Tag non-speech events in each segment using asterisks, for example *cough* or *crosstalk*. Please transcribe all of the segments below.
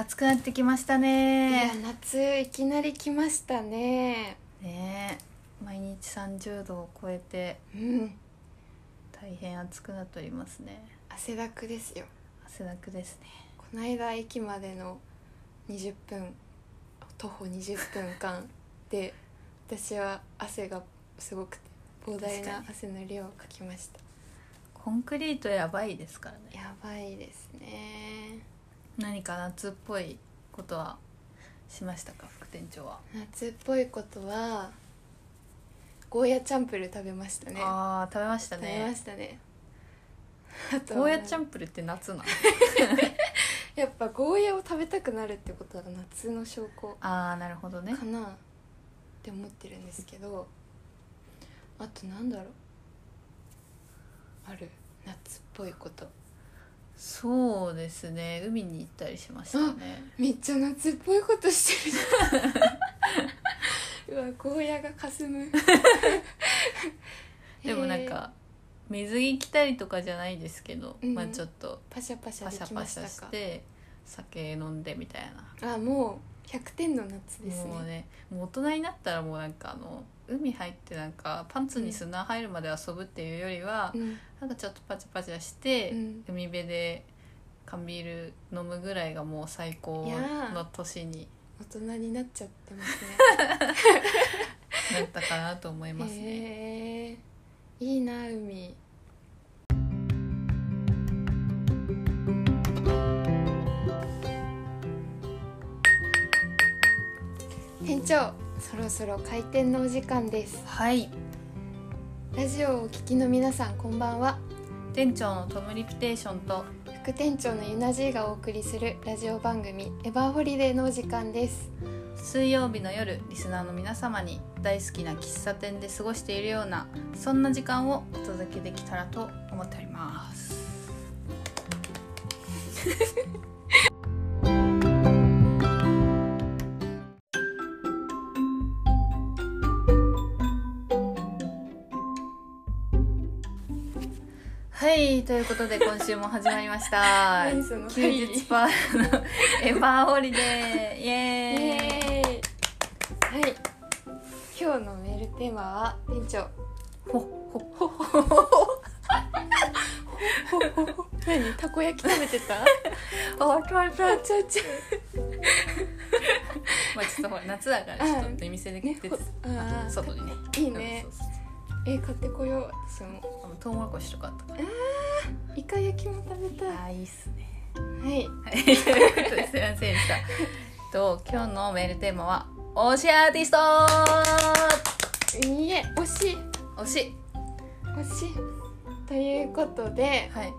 暑くなってきましたいやね夏いきなり来ましたねねえ毎日30度を超えてうん大変暑くなっておりますね汗だくですよ汗だくですねこの間駅までの20分徒歩20分間で私は汗がすごくて膨大確なか汗の量をかきましたコンクリートやばいですからねやばいですね何か夏っぽいことはしましたか副店長は、夏っぽいことはゴーヤチャンプルー食べましたねああ食べました食べまねしたねあとはゴーヤチャンプルって夏なのやっぱゴーヤを食べたくなるってことは夏の証拠ああなるほどねかなって思ってるんですけどあとなんだろうある夏っぽいことそうですね海に行ったりしましたねめっちゃ夏っぽいことしてる *laughs* じゃんうわゴーヤがかすむでもなんへーか水着着たりとかじゃないですけど、うんまあちょっとパシャパシャパでシャきパまシしたャかして酒飲んでみたいなあもう100点の夏ですねもうねもう大人になったらもうなんかあの海入ってなんかパンツに砂入るまで遊ぶっていうよりは、うんなんかちょっとパチャパチャして、うん海辺で缶ビール飲むぐらいがもう最高いやーの年に大人になっちゃってますねなったかなと思いますね。へえいいな海店長そろそろ開店のお時間ですはいラジオをお聞きの皆さんこんばんは店長のトムリピテーションと副店長のゆなじーがお送りするラジオ番組エバーホリデーのお時間です水曜日の夜リスナーの皆様に大好きな喫茶店で過ごしているようなそんな時間をお届けできたらと思っておりますはいということで今週も始まりました何その休日パーのエヴァーホリデーイイエーイエーイはい今日のメールテーマは店長ほほ何たこ焼き食べてたあわちわちちょちょちょまあちょっとほら夏だからちょっと出店でね出てほあ外にねーいいねそうそうえ買ってこよう私もそうあのトウモロコシとかあったかイカ焼きも食べたいらあーいいっすねはいはいということですいませんでしたえっと今日のメールテーマは推しアーティストいいえ惜しい推し惜しいということではい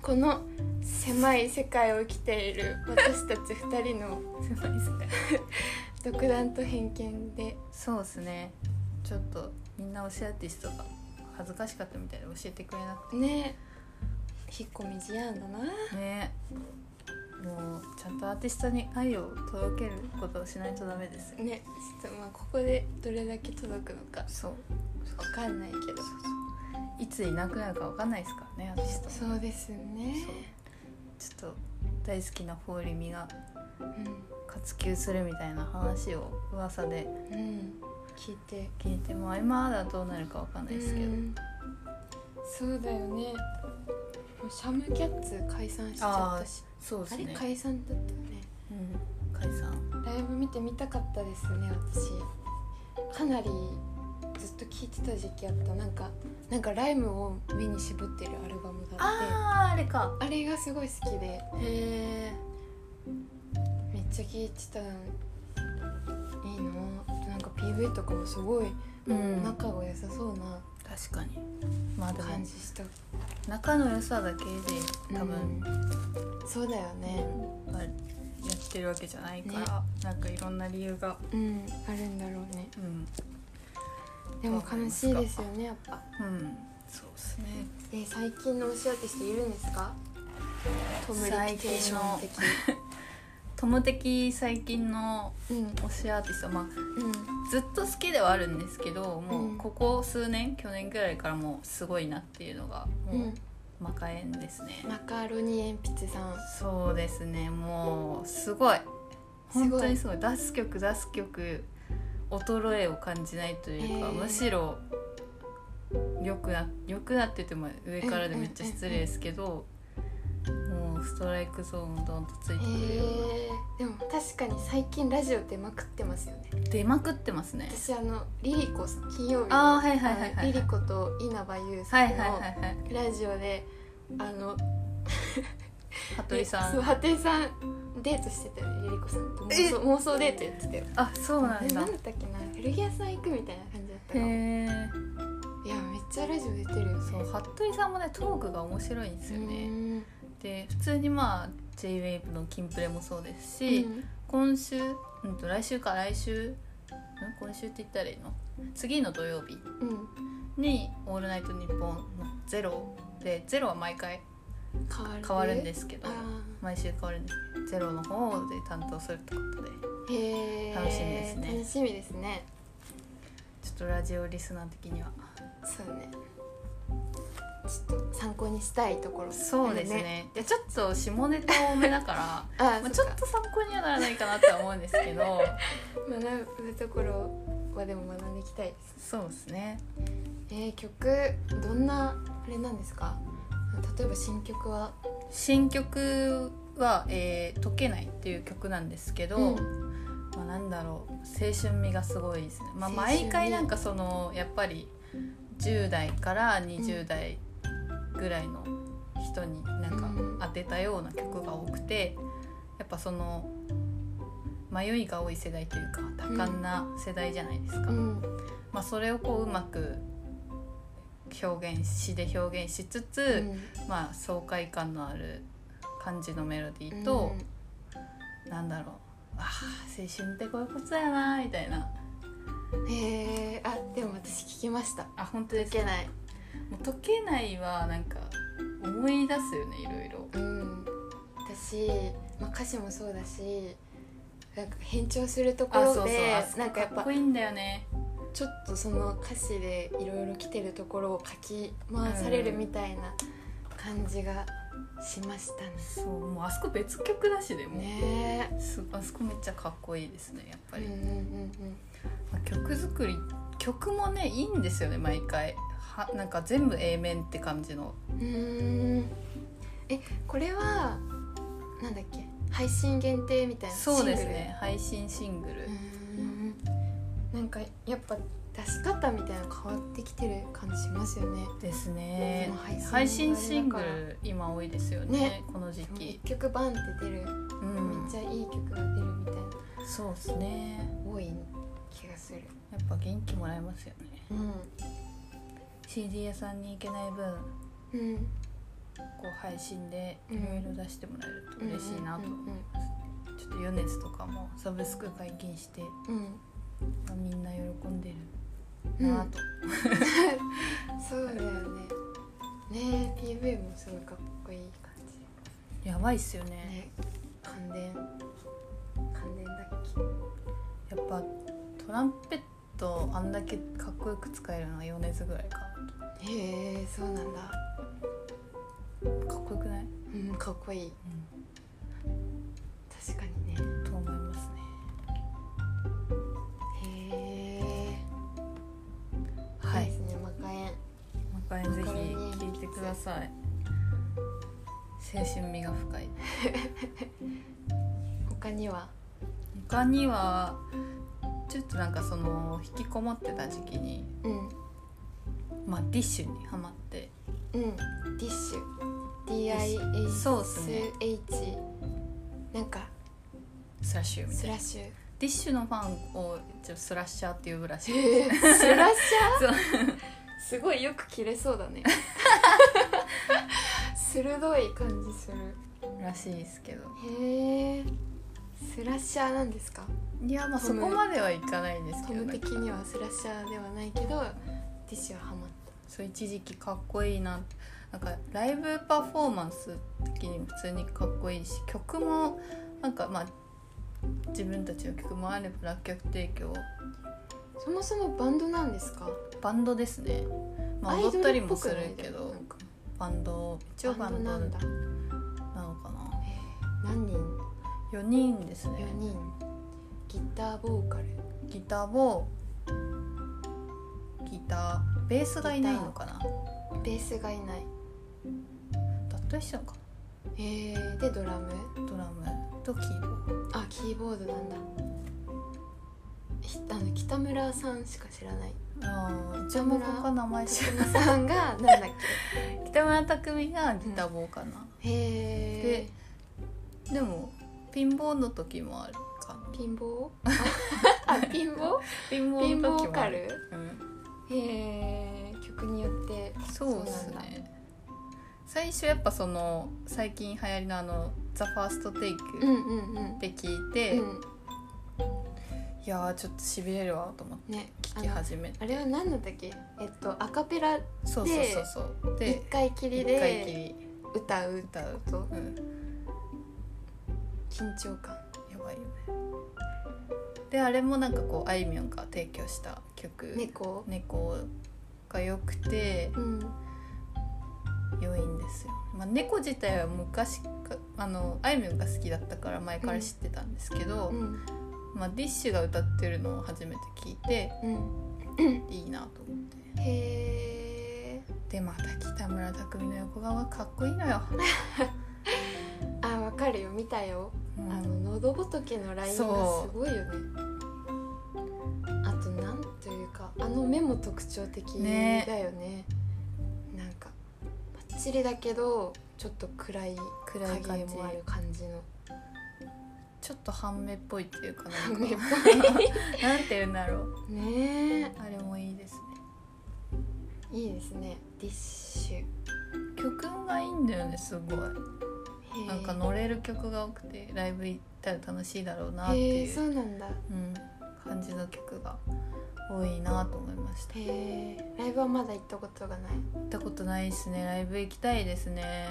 この狭い世界を生きている私たち2人のすごいっすね独断と偏見でそうですねちょっとみんな推しアーティストが恥ずかしかったみたいで教えてくれなくね引っ込み思案だなてねもうちゃんとアーティストに愛を届けることをしないとダメですよねちょっとまあここでどれだけ届くのかそうわかんないけどいついなくなるかわかんないですからねアーティストもそうですねそうちょっと大好きなフォーリミがうん活休するみたいな話を噂でうん聞いて聞いても合間だどうなるかわかんないですけど、うんそうだよねもうシャムキャッツ解散しちゃったしそうであすれね解散だったよねうん、解散ライブ見てみたかったですね私かなりずっと聴いてた時期あったなんかなんかライムを目に絞ってるアルバムがあーあってあれかあれがすごい好きでへえめっちゃ聴いてたのいいなあとなんか PV とかもすごいうん仲が良さそうな確かにまあでも感じした、仲の良さだけで多分、うんそうだよね、まあやってるわけじゃないから、なんかいろんな理由がうんあるんだろうねうんでも悲しいですよねやっぱうんそうですねえ最近の推しアーティストいるんですかトム・リ最キテーシ近ョのン的友的最近のうん推しアーティストまあうんずっと好きではあるんですけどもううんここ数年去年ぐらいからもうすごいなっていうのがもううんマカエンですねマカロニ鉛筆さんそうですねもうすごいすごい本当にすごい出す曲出す曲衰えを感じないというか、えーむしろ良くな良くなってても上からでめっちゃ失礼ですけど、もうストライクゾーンをどんとついへてくるようなえでも確かに最近ラジオ出まくってますよね出まくってますね私あのリリコさん金曜日のああはいはいはいはいはいリリコと稲葉優はさいんはいはいのはいラジオであの服部さそうん羽鳥さんデートしてたよねリリコさんと妄え想妄想デートやってたよあそうなんえだ何だったっけな古着屋さん行くみたいな感じだっへたかもえいやめっちゃラジオ出てるよねそう服部さんもねトークが面白いんですよね、ねで普通にまあ JWAVE の「キンプレ」もそうですうし、ん今週、うん、と来週か来週ん今週って言ったらいいの次の土曜日うんに「オールナイトニッポン」の「ゼロで「ゼロは毎回変わる変わるんですすけどあ毎週変わるんですけど「ゼロの方で担当するってことでーへえ楽しみですね楽しみですねちょっとラジオリスナー的にはそうねちょっと参考にしたいところそうですねいやちょっと下ネタ多めだからあるねあーまあちそょっかっと参考にはならないかなとは思うんですけ *laughs* ど学ぶところはでも学んでいきたいですそうですねえー、曲どんなあれなんですか例えば新曲は新曲は、えー「溶けない」っていう曲なんですけど、んまあ、なんだろう青春味がすごいですね、まあ、青春味毎回なんかそのやっぱり10代から20代ぐらいの人になんかうん当てたような曲が多くてやっぱその迷いが多い世代というか多感な世代じゃないですか、うんまあ、それをこううまく表現詩で表現しつうつ、んまあ、爽快感のある感じのメロディーと、なんだろうあー青春ってこういうことだよなみたいなうんえー、あでも私聞きましたあ本当いけないもう解けないはなんか思い出すよねいろいろうん私、まあ、歌詞もそうだしなんか変調するところでなんかやっかっぱこいいんだよねちょっとその歌詞でいろいろ来てるところを書き回されるみたいな感じがしましたね。そうもうあそこ別曲だしでも、ねすあそこめっちゃかっこいいですねやっえ、ぱうんり、うんまあ曲作り曲もねいいんですよね毎回はなんか全部 A 面って感じのうんうん。うーんえこれはなんだっけ配信限定みたいなそうですね配信シングル、シングルうーんなんかやっぱ出し方みたいなの変わってきてる感じしますよね。ですねもう配信配信シングあれル今多いですよねねこの時一期、曲バンって出る、うめっちゃいい曲が出るみたいなそうですね多い気がする。やっぱ元気もらえますよねうん。 CD 屋さんに行けない分うん。こう配信でいうんろいろ出してもらえると嬉しいなと、うんうんちょっと余熱とかもサブスク解禁してうんまあみんな喜んでうるんなと、そうだよね。ねえ PV もすごいかっこいい感じやばいっすよねで。ね。感電。感電だっやっぱトランペットあんだけかっこよく使えるのは米津ぐらいかけ。へえそうなんだ。なかっこよくない、うんかっこいい。確かにね。と思いますねへえ。はいいですねマカエン。まかえぜひ聞いてください青春味が深い他には。他にはちょっとなんかその引きこもってた時期に、うんまあ、ディッシュにハマってうん。ディッシュ。D ィッ I シ H そうっすね H。なんかスラッシュみたスいラなッシュ。ディッシュのファンをちょっとスラッシャーって呼ぶらしいえースラッシャそうー *laughs* すごいよく切れそう *laughs* だね鋭い感じするらしいですけどへえスラッシャーなんですかいやまあトそムこまではいかないんですトけどムなん的かにはスラッシャーではないけどティッシュはハマっそう一時期かっこいいななんかライブパフォーマンス的にも普通にかっこいいし曲もなんかまあ自分たちの曲もあれば楽曲提供たそもそもバンドなんですかバンドですね、まあ、アイド踊ルったりもっぽすくないるけどなんかバンド一応バンドなバのンドかなんだな何人4人ですね4人ギターボーカルギターをギターベースがいないのかなベースがいないだったりしたのかえー、でドラムなドラムとキーボードあキーボードなんだひあの北村さんしか知らないあー一応もう他名前知ら北村さんがなんだ *laughs* っない北村匠海がギターボーかな、けへえでもピンボーの時もあるかなピンボ *laughs* ーあピンボーピンボピンーのボ時ーもあカる、ルうん、へー曲によってそうですそうなんね最初やっぱその最近流行りのあの「ザ・ファーストテイクうんっうんうんて聞いて、うんいやーちょっとしびれるわと思ってね聞あきの始めてあれは何だったっけえっとアカペラそうそうそうそう一で回きり一回きでり歌う歌うとうん緊張感やばいよねであれもなんかこうあいみょんが提供した曲「猫猫」が良くてうん良いんですよ、まあ、猫自体は昔かあのあいみょんが好きだったから前から知ってたんですけど、うんまあ、ディッシュが歌ってるのを初めて聞いてうんいいなと思ってへえでまた北村匠海の横顔がかっこいいのよ、あわかるよ見たようんあの喉仏のラインがすそうごいよねあとなんというかあの目も特徴的だねよねなんかバッチリだけどちょっと暗い暗い感影じもある感じのちょっと半目っぽいっていう *laughs* かなんか目っなんて言うんだろう *laughs* ねあれもいいですねえいいですねディッシュへ曲がいいんだよねすごいえなんか乗れる曲が多くてライブ行ったら楽しいだろうなってへえいう、そうなんだへうん、感じの曲が多いなと思いましたえライブはまだ行ったことがない行ったことないですねライブ行きたいですね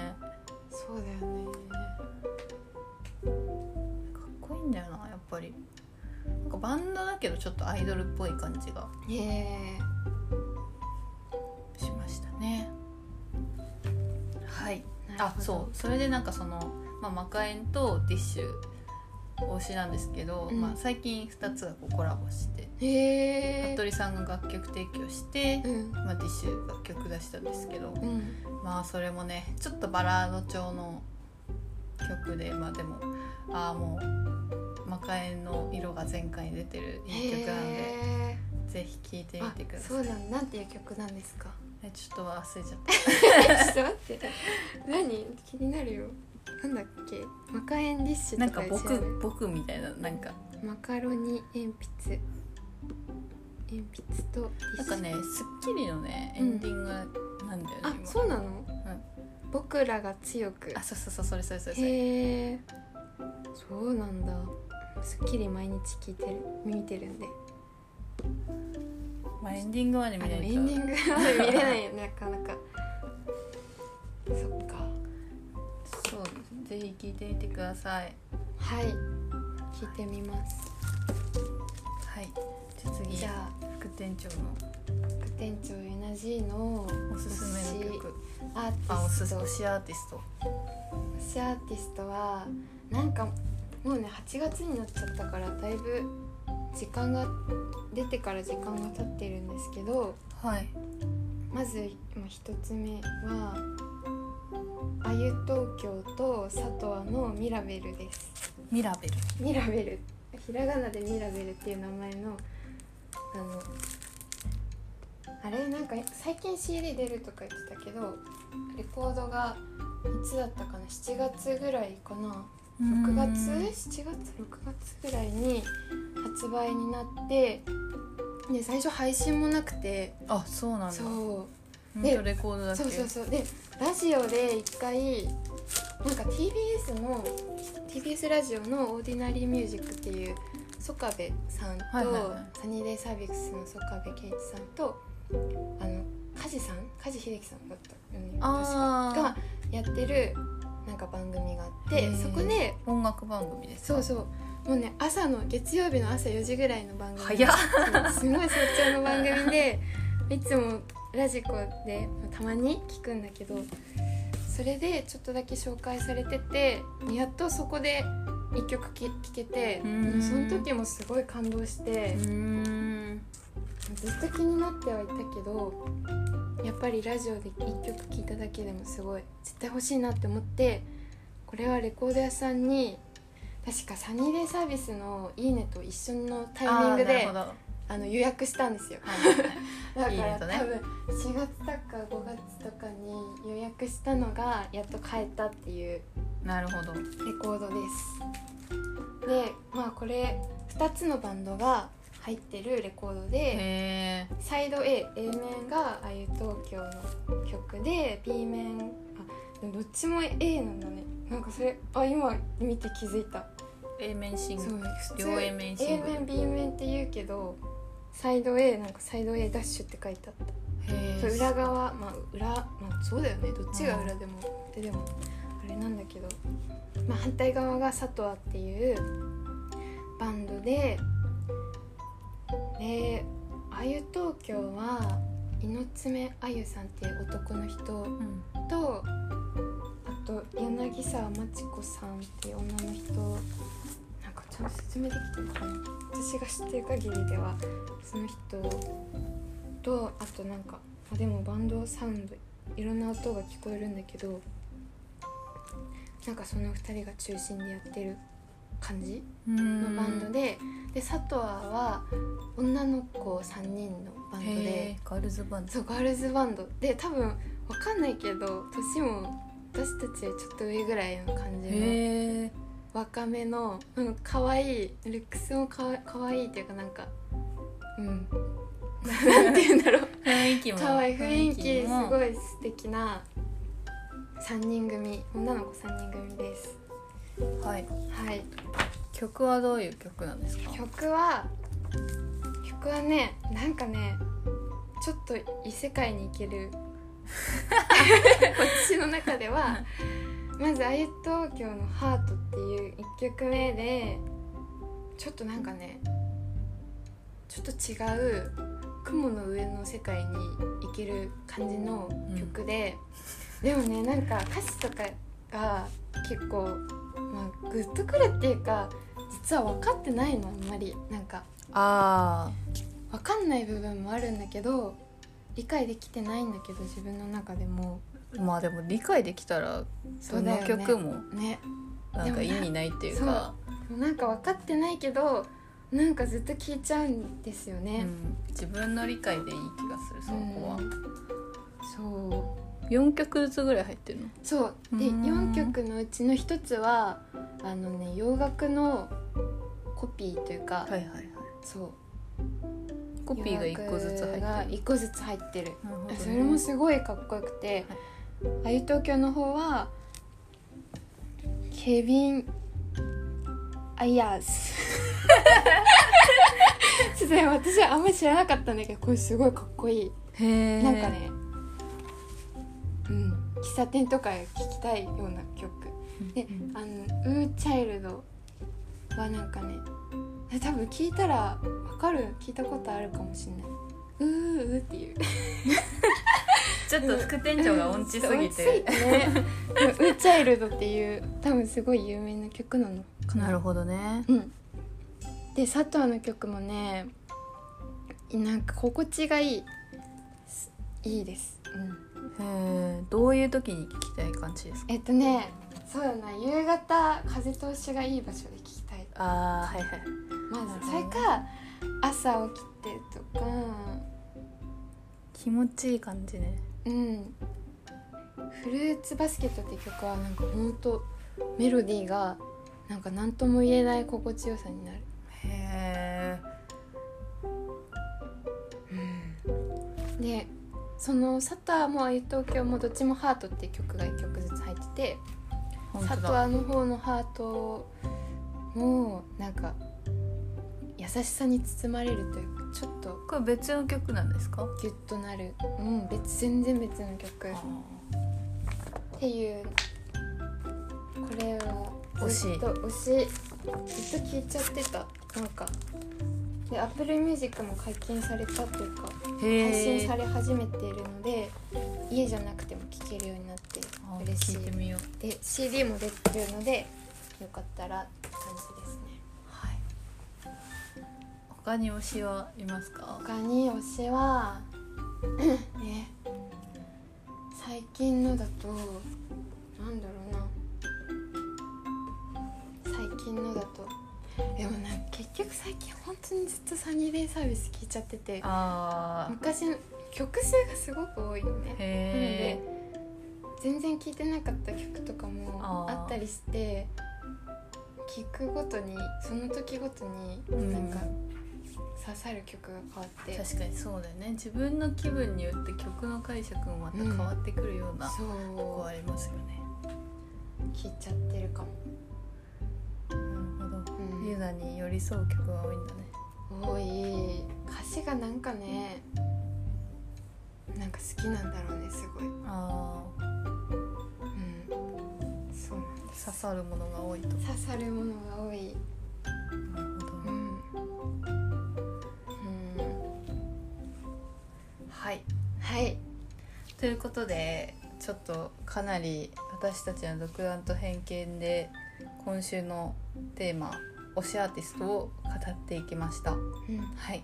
そうだよねかっこいいんだよなやっぱりなんかバンドだけどちょっとアイドルっぽい感じがへえしましたねはいなるあほどそうそれでなんかその、まあ、マカエンとディッシュ推しなんですけど、うんまあ、最近2つがこうコラボしてへえ服部さんが楽曲提供して、うんまあ、ディッシュが曲出したんですけど、うんまあそれもねちょっとバラード調の曲でまあでもああもう魔界の色が全開に出てるいい曲なんでへぜひ聴いてーみてくだあさそうなんなんていう曲なんです *laughs* かいえちょっと忘れちゃっちょっと待って何気になるよなんだっけマカエンディッシたュなんとかかで知らない僕僕みたいななんかマカロニ鉛筆鉛筆とディッシュなんかね『スッキリ』のねエうんンディングなんだよね、あ今そうなの、僕らが強くあそうそうそうそれそれそれそれへえそうなんだすっきり毎日聞いてる見てるんでまあエンディングまであ見のなエいンデとィングまで見れないよねなかなかそっかそうぜひ聴いてみてくださいはい聞いてみますはいじゃあ次じゃあ副店長副店長エナジーののおすすめの曲アーテあおィすスすト推しアーティスト推しアーティストはなんかもうね8月になっちゃったからだいぶ時間が出てから時間が経ってるんですけどはいまず今一つ目は「あゆ東京」と「佐藤のミラベル」です。ミラベルミラベルひらがなでミラベルっていう名前のあのあれなんか最近 CD 出るとか言ってたけどレコードがいつだったかな7月ぐらいかな6月7月6月ぐらいに発売になってで最初配信もなくてあそうなんだそううんでとレコードだけそうそうそうでラジオで一回なんか TBS の TBS ラジオの「オーディナリーミュージック」っていう曽我部さんと、はいはいはいサニーデイサービスの曽我部圭一さんとあの梶さん梶秀樹さんだったよねあ確ーかがやってるなんか番組があってへーそこで音楽番組ですそうそうもうね朝の月曜日の朝4時ぐらいの番組早っそうすごい早朝の番組でいつもラジコでたまに聞くんだけどそれでちょっとだけ紹介されててやっとそこで1曲聴けてうんその時もすごい感動してんずっと気になってはいたけどやっぱりラジオで1曲聴いただけでもすごい絶対欲しいなって思ってこれはレコード屋さんに確かサニーデイサービスの「いいね」と一緒のタイミングであーなるほどあの予約したんですよ。だからいいねとね多分4月とか5月とかに予約したのがやっと買えたっていうなるほどレコードですでまあこれ2つのバンドが入ってるレコードでへえサイド A A 面が「あゆ東京」の曲で B 面あでもどっちも A なんだねなんかそれあ今見て気づいた A 面シンそうグ普通両 A 面シン A グル面 B 面って言うけどサイド A なんかサイド A ダッシュって書いてあったへそうえ裏側まあ裏まあそうだよねどっちが裏でも、ででもあれなんだけど、まあ、反対側がサトアっていうバンドでで「あゆ東京」は猪爪あゆさんっていう男の人うんとあと柳沢真知子さんっていう女の人なんかちゃんと説明できてるかな私が知ってる限りではその人とあとなんかあでもバンドサウンドいろんな音が聞こえるんだけどなんかその2人が中心でやってる感じのバンドで、で佐藤は女の子3人のバンドでへ。ーガールズバンドそうガールズバンドで多分わかんないけど年も私たちよりちょっと上ぐらいの感じのへえ若めのうん可愛いルックスもかわ可愛いっていうかなんかうん *laughs* なんて言うんだろう雰囲気も可愛い雰囲気すもごい素敵な3人組女の子3人組ですはいはい曲はどういう曲なんですか曲は曲はねなんかねちょっと異世界に行け *laughs* る私の中ではまず「あゆ東京のハート」っていう1曲目でちょっとなんかねちょっと違う雲の上の世界に行ける感じの曲で、でもねなんか歌詞とかが結構、まあ、グッとくるっていうか実は分かってないのあんまりなんかあ分かんない部分もあるんだけど理解できてないんだけど自分の中でもあまあでも理解できたらそそうだのよね曲もねなんか意味ないっていうかでもなんか分かってないけどなんかずっと聞いちゃうんですようね、ん自分の理解でいい気がするそこはうんそう4曲ずつぐらい入ってるのそうでうーん4曲のうちの1つはあのね洋楽のコピーというか、はいはいはいそうコピーが1個ずつ入洋楽っがてる一個ずつ入ってるなるほどねそれもすごいかっこよくて「あゆ東京」の方はケビン・アイヤーズちょっとね私はあんまり知らなかったんだけどこれすごいかっこいいへえなんかね、うん、喫茶店とかで聴きたいような曲であの「ウーチャイルド」はなんかね多分聞いたらわかる聞いたことあるかもしれない「うーうー」っていうちょっと副店長が音痴すぎて音痴すぎてねでもウーチャイルドっていう多分すごい有名な曲なの *laughs* かなるほどねうん、で佐藤の曲もねなんか心地がいいすいいです、うんへえどういう時に聞きたい感じですかえっとねそうだな夕方風通しがいい場所で聞きたいああはいはいまなるほずそどれねか朝起きてとか気持ちいい感じねうん「フルーツバスケット」って曲はなんかほんとメロディーがなんか何とも言えない心地よさになるへえでその「サターも「あゆ東京」もどっちも「ハート」っていう曲が1曲ずつ入ってて本サ当トだアの方のハートもなんか優しさに包まれるというかちょっとこれ別の曲なんですかギュッとなる、うん、別全然別の曲っていうこれはずっと推しずっと聴いちゃってたなんかで Apple Music も解禁されたというか配へ信えされ始めているので家じゃなくても聴けるようになって嬉し聞いてみよういで CD も出てるのでよかったらって感じですねはい他に推しはいますか他に推しは *coughs* ね最近のだとなんだろうな最近のだとでもな結局最近本当にずっとサニーデイサービス聞いちゃっててあー昔の曲数がすごく多いよねなのへで全然聴いてなかった曲とかもあーあったりして聴くごとにその時ごとえになんか刺さる曲が変わって、確かにそうだよね自分の気分によって曲の解釈もまた変わってくるようなとそうこありますよね、聞いちゃってるかも、なるほど、うんユナに寄り添う曲が多いんだね多い歌詞がなんかねなんか好きなんだろうねすごい、うん、あーそうなんです刺さるものが多いと刺さるものが多いなるほどうん、うん、はいはいということでちょっとかなり私たちの独断と偏見で今週のテーマ推しアーティストを語っていきましたうんはい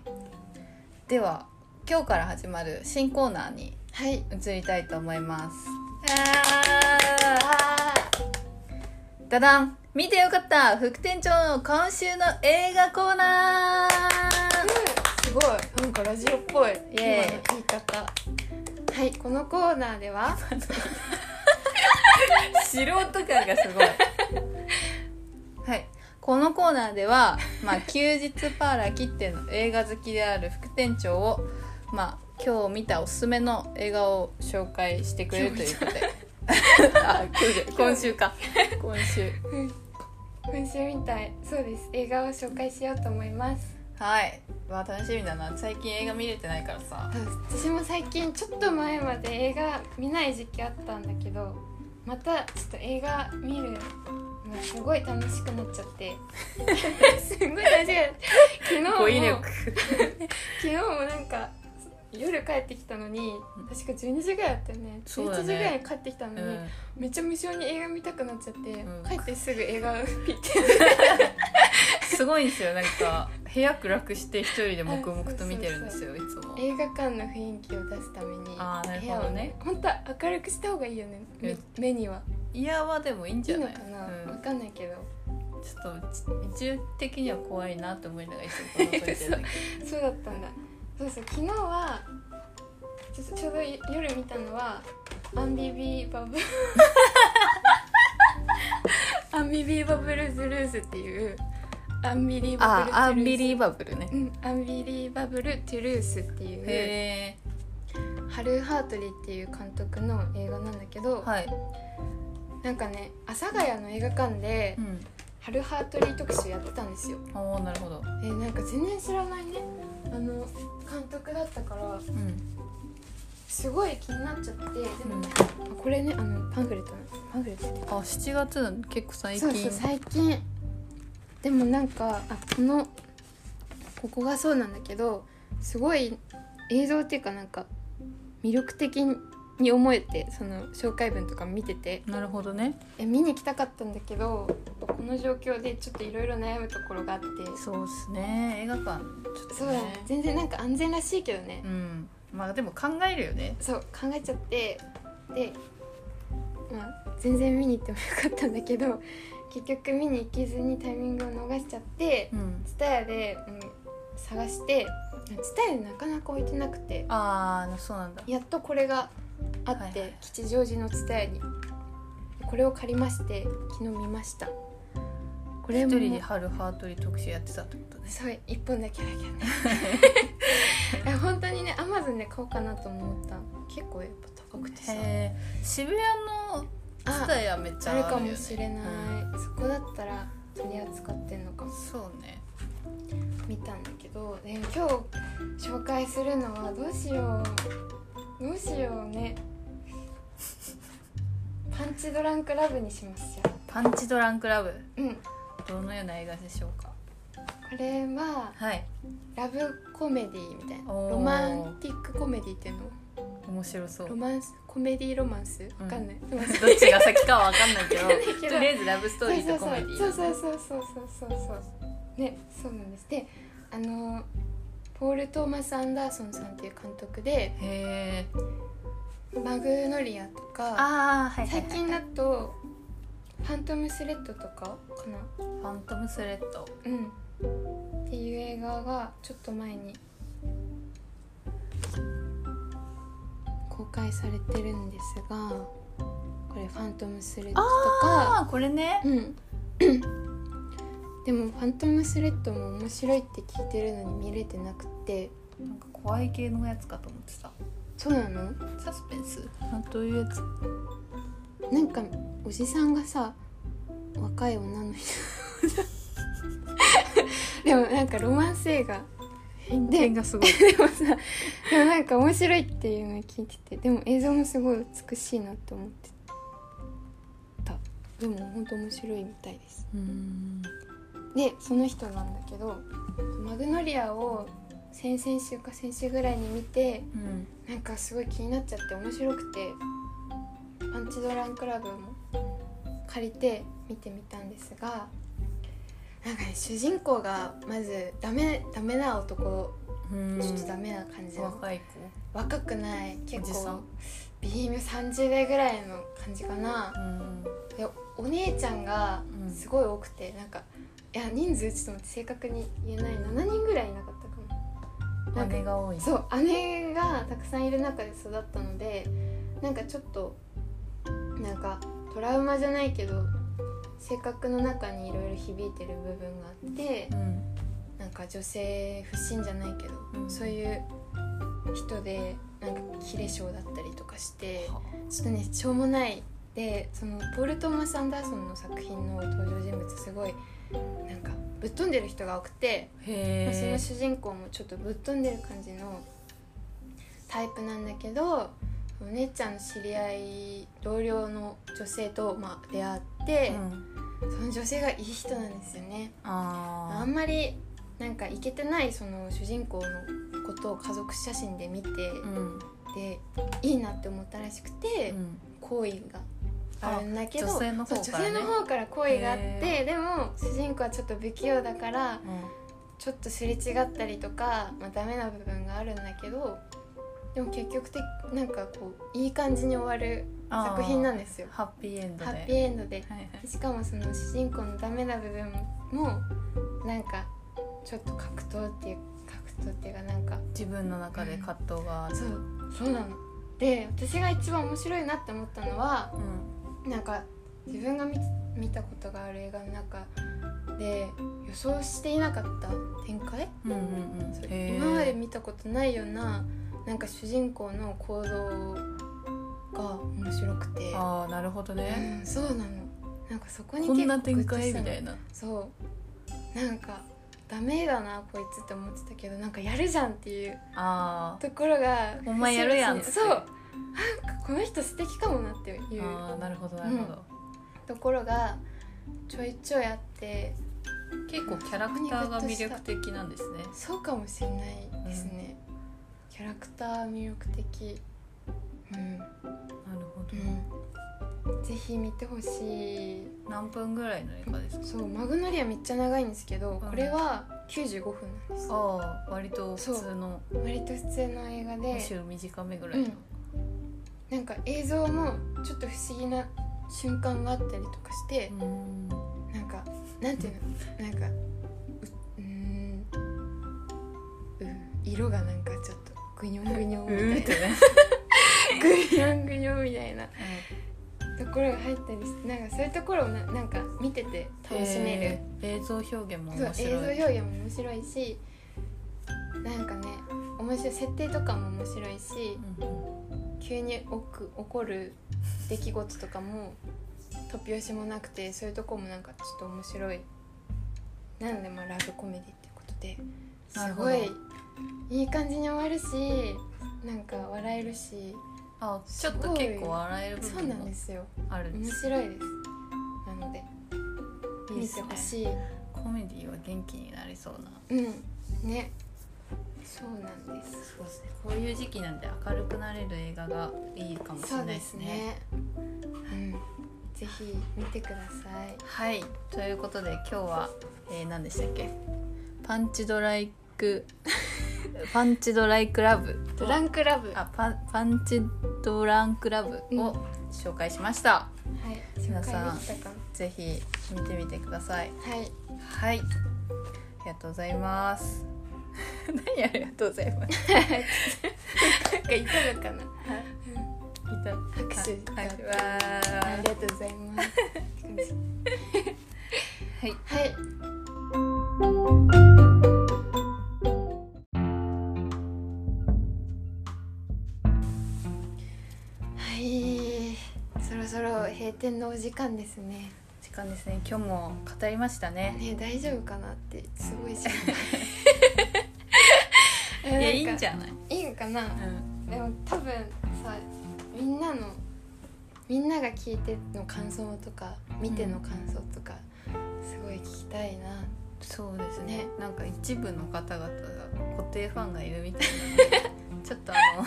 では今日から始まる新コーナーにはい移りたいと思いますあダダン見てよかった副店長の今週の映画コーナー *laughs* ーすごいなんかラジオっぽいイエーイ今の言い方はいこのコーナーで *laughs* は素人感がすごい。 *laughs* はい。このコーナーでは、まあ、休日パーラー切っての映画好きである副店長を、まあ、今日見たおすすめの映画を紹介してくれるということで。 *laughs* あ、今日じゃ *laughs* 今週か。今週。今週みたいそうです映画を紹介しようと思いますはい。わ、楽しみだな。最近映画見れてないから *laughs* さ。私も最近ちょっと前まで映画見ない時期あったんだけどまたちょっと映画見るのすごい楽しくなっちゃって *laughs* すごい楽しくなっち *laughs* ゃって昨日もごいいね。昨日もなんか夜帰ってきたのに確か12時ぐらいだったよねそうだね11時ぐらいに帰ってきたのうに、ん。めっちゃ無性に映画見たくなっちゃって、ん帰ってすぐ映画見 *laughs* てすごいんですよ。なん *laughs* か、部屋暗くして一人で黙々と見てるんですよ、いつも。映画館の雰囲気を出すためにあーなる部ほ屋をどね本当は明るくした方がいいよねめうん目には。イヤーはでもいいんじいいゃのなかいな、うんわかんないけどちょっと一応的には怖いなって思いながらいつもこの撮りてるんだけどそうだったんだそうそう昨日はちょちょうど夜見たのはアンビビーバブ *laughs* アンビビーバブルズルーズっていうアンビリーバ *laughs* あブルアンビトゥルーリーバブルねスうん、アンビリーバブル・トゥルースっていうへハルー・ハートリーっていう監督の映画なんだけど、ーはい、なんかね阿佐ヶ谷の映画館でうん、ハルー・ハートリー特集やってたんですよおーなるほど、えーなんか全然知らないねあの監督だったからうんすごい気になっちゃってでも、あこれねあのパンフレットなパンフレットあ7月なの結構最近そうそう最近でもなんかあこのここがそうなんだけどすごい映像っていうかなんか魅力的に思えてその紹介文とか見ててなるほどねえ見に来たかったんだけどこの状況でちょっといろいろ悩むところがあってそうっすね映画館ちょっそとうだねね全然なんか安全らしいけどねうんまあでも考えるよねそう考えちゃってで、まあ、全然見に行ってもよかったんだけど結局見に行けずにタイミングを逃しちゃってうん蔦屋で、うん、探して蔦屋でなかなか置いてなくてああそうなんだやっとこれがあって、はいはい吉祥寺の蔦屋にこれを借りまして昨日見ましたこれ一も人で春ハートリー特集やってたってことねそう一本だけだけ *laughs* どねいや本当にねアマゾンで買おうかなと思った結構やっぱ高くてさへえ渋谷のあ自体はめっちゃああるるよ、ね、かもしれない、うそこだったら取り扱ってんのかもんそうね見たんだけどでも今日紹介するのはどうしようどうしようねパンチドランクラブにしますじゃあパンチドランクラブうんこどのような映画でしょうかれれははいラブコメディみたいなおーロマンティックコメディっていうの面白そうロマンスコメディロマンスうんわかんない、どっどっちが先かは分かんない *laughs* けどわかんないけどとりあえずラブストーリーとコメディそうそうそうそうそうそうそうそうねそうなんですであのポール・トーマス・アンダーソンさんっていう監督でへえ「マグノリア」とかああはいはい、最はい、近だと「ファントム・スレッド」とかかなファントムスレッドうんっていう映画がちょっと前に公開されてるんですがこれ「ファントム・スレッド」とかああこれねうん、でも「ファントムスレッド」も面白いって聞いてるのに見れてなくてなんか怖い系のやつかと思ってたそうなのサスペンスなんというやつなんかおじさんがさ若い女の人 *laughs* でもなんかロマンス映画偏見がすごいでもさでもなんか面白いっていうのを聞いててでも映像もすごい美しいなって思ってたでも本当面白いみたいですうんでその人なんだけどマグノリアを先々週か先週ぐらいに見てうんなんかすごい気になっちゃって面白くてパンチドランクラブも借りて見てみたんですがなんかね主人公がまずダメダメな男うんちょっとダメな感じの、若い子若くないお結じさ構んビーム30代ぐらいの感じかな。うんでお姉ちゃんがうんすごい多くて、なんかいや人数ちょっと待って正確に言えない7人ぐらいいなかったかななんか姉が多いそう姉がたくさんいる中で育ったのでなんかちょっとなんかトラウマじゃないけど性格の中にいろいろ響いてる部分があってうんなんか女性不信じゃないけど、うんそういう人でなんかキレ性だったりとかして。ちょっとねしょうもないでそのポール・トーマス・アンダーソンの作品の登場人物すごいなんかぶっ飛んでる人が多くて、まあそへのえ主人公もちょっとぶっ飛んでる感じのタイプなんだけどお姉ちゃんの知り合い同僚の女性と、まあ、出会って、うんその女性がいい人なんですよね。ああんまりなんかイケてないその主人公のことを家族写真で見て、ーうんでいいなって思ったらしくて。うん好意があるんだけどあ女性の方からねそう女性の方から好意があっへてでも主人公はちょっと不器用だからうんちょっとすれ違ったりとか、まあ、ダメな部分があるんだけどでも結局的なんかこういい感じに終わるあー作品なんですよハッピーエンドでハッピーエンドではいはいしかもその主人公のダメな部分もなんかちょっと格闘っていう格闘っていうかなんか自分の中で葛藤があるそうそうなの。で私が一番面白いなって思ったのはうんなんか自分が見見たことがある映画の中で予想していなかった展開うんうんうんそうへー今まで見たことないようななんか主人公の行動が面白くて、ああなるほどねうん、そうなのなんかそこにこんな展グッと開したみのたいなそうなんかダメだなこいつって思ってたけどなんかやるじゃんっていうあーところがお前やるやんっつってそうなんかこの人素敵かもなっていうあーなるほどなるほど、ところがちょいちょいあって結構キャラクターが魅力的なんですねそうかもしれないですね、キャラクター魅力的うん、なるほど、うん、ぜひ見てほしい何分ぐらいの映画ですかそう「マグノリア」めっちゃ長いんですけど、んこれは95分なんですよああ割と普通の割と普通の映画むでしろ短めぐらいの、なんか映像もちょっと不思議な瞬間があったりとかして、うんなんかなんていうのなんかううーんうん色がなんかちょっとグニョングニョうンみたいーんなってねグニョングニョンみたいなところが入ったりしてなんかそういうところをななんか見てて楽しめる、る、映像表現もそう面映像白い表現も面白いしなんかね面白い設定とかも面白いしうん急に起く起こる出来事とかも突拍子もなくてそういうとこもなんかちょっと面白いなんでまあラブコメディっていうことでなるすほどごいいい感じに終わるしなんか笑えるしあちょっと結構笑える部そう分なんもですよあるん面です白いですなので見てほいいですねしいこコメディは元気になりそうなうんねそうなんですそうですねこういう時期なんで明るくなれる映画がいいかもしれそなういでですすねねうんぜひ見てくださいはいということで今日は、えー何でしたっけパンチドライ *laughs* クパンチドライクラブドランクラブはあパンパンチドランクラブを紹介しました、い皆紹さん介できたかなぜひ見てみてくださいはいはいありがとうございます *laughs* 何ありがとうございますなんかいたのかな拍手拍手ありがとうございますはいはいはいそろそろ閉店のお時間ですね時間ですね今日も語りましたねね大丈夫かなってすごい心配 *laughs* いやいいんじゃゃない、いいのかなうん、でも多分さみんなのみんなが聞いての感想とか見ての感想とか、すごい聞きたいなそうですねねなんか一部の方々が固定ファンがいるみたい *laughs* なのでちょっとあの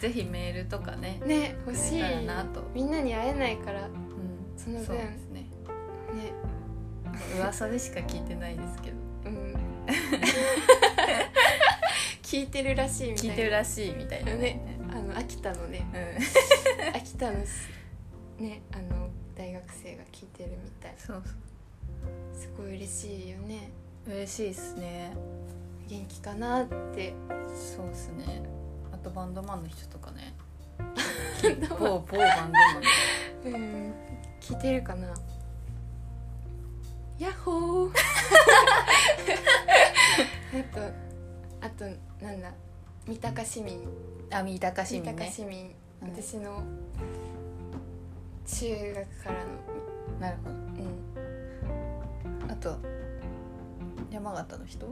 ぜひメールとかねね欲しいだらなと、みんなに会えないからねうん、その分そうですね噂でしか聞いてないですけどうん聞いてるらしいみた聞いないてるらしいみたいなねあの秋田のねうん、秋田のすねあの大学生が聞いてるみたいそうすごい嬉しいよねそう嬉しいですね元気かなってそうですねあとバンドマンの人とかね某某バンドマンうん聞いてるかなヤッ *laughs* ホーあとあとなんだ三鷹市民あ三鷹市三民鷹ね市民うん私の中学からのなるほどうんあと山形の人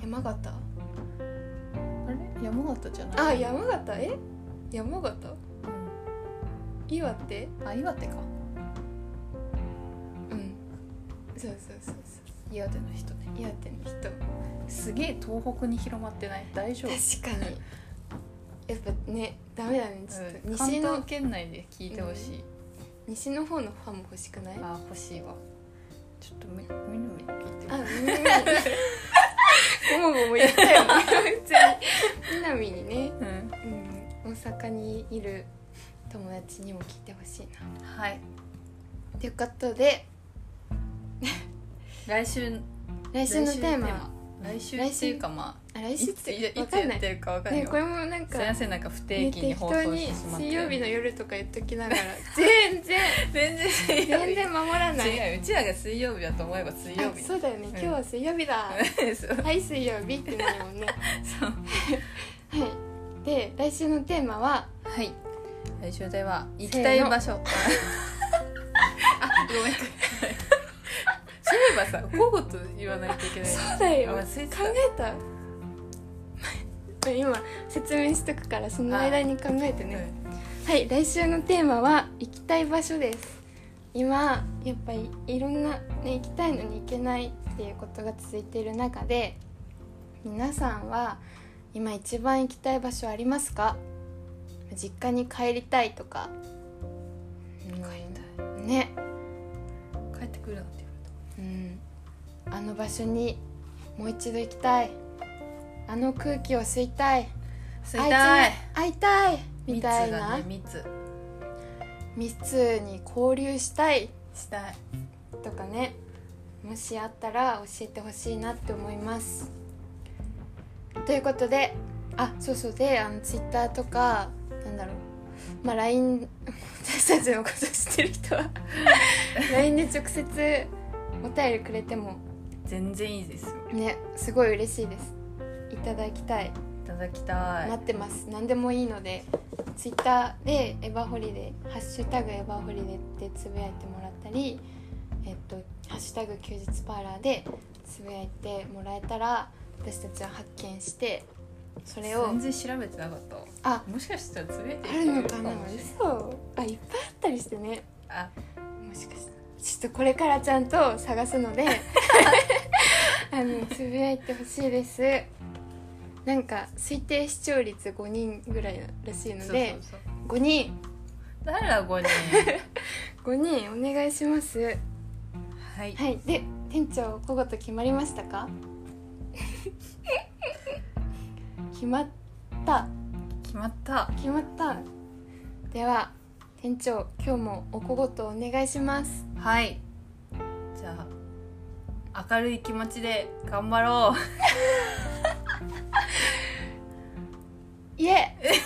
山形あれ山形じゃないあ山形え山形岩手うんあ岩手かうんそうそうそうそ岩手の人ねう岩手の人すげえ東北に広まってない大丈夫確かにやっぱねダメだねちょっとうん、関西の東圏内で聞いてほしい、西の方のファンも欲しくないあ欲しいわちょっとみみのみ聞いてみあ、るみんなみ。ごもごも言った *laughs* よね。普通に。みなみにね、うんうん、大阪にいる友達にも聞いてほしいな。はいということで、来週来週のテーマ来週っていうかまああ、来い週っつていやわいつかんやなっい。てるかわかんないね、わ、これもなんか、すいまね、せんなんか不定期に適放当送にしてしまって水曜日の夜とか言っときなが *laughs* ら、全然、全然水曜日全然守らない。違ううちらが水曜日だと思えば水曜あ日そうだよね、ん今日は水曜日だ。そうはい、水曜日ってなるもんね。そうはい。で、来週のテーマは、 *laughs* はい。来週では行きたい *laughs* 場所。あ、ごめん。 *laughs* そういえばさ、午後と言わないといけない。そうだよあ考忘れえてたた *laughs* 今説明しとくからその間に考えてねはい来週のテーマは「行きたい場所」です今やっぱりいろんな、ね、行きたいのに行けないっていうことが続いている中で皆さんは今一番行きたい場所ありますか実家に帰りたいとか帰りたいねうん帰ってくるなんて言わうん、あの場所にもう一度行きたいあの空気を吸いたいれた。吸いたい。あいつに会いたいみ密たいがな、ね、密。密に交流したいしたい。とかねもしあったら教えてほしいなって思いますということであそうそうであのツイッターとかなんだろうまあ LINE *laughs* 私たちのこと知ってる人は *laughs* LINE で直接お便りくれても全然いいですよ。ねすごい嬉しいですいただきたい、いただきた待い。ってます何でもいいのでツイッターでエバホリデーハッシュタグエバホリデーってつぶやいてもらったりえっとハッシュタグ休日パーラーでつぶやいてもらえたら私たちは発見してそれを全然調べてなかったわ。あもしかしたらつぶやいてあるのかなもしれない嘘あいっぱいあったりしてねあ、もしかしたらちょっとこれからちゃんと探 *laughs* すのであのつぶやいてほしいですなんか推定視聴率5人ぐらいらしいのでそうそう5人誰だ5人 *laughs* 5人お願いしますはいはいで店長小言決まりました *laughs* か決まった決まった決まったでは店長今日もお小言お願いしますはいじゃあ明るい気持ちで頑張ろういえ *laughs*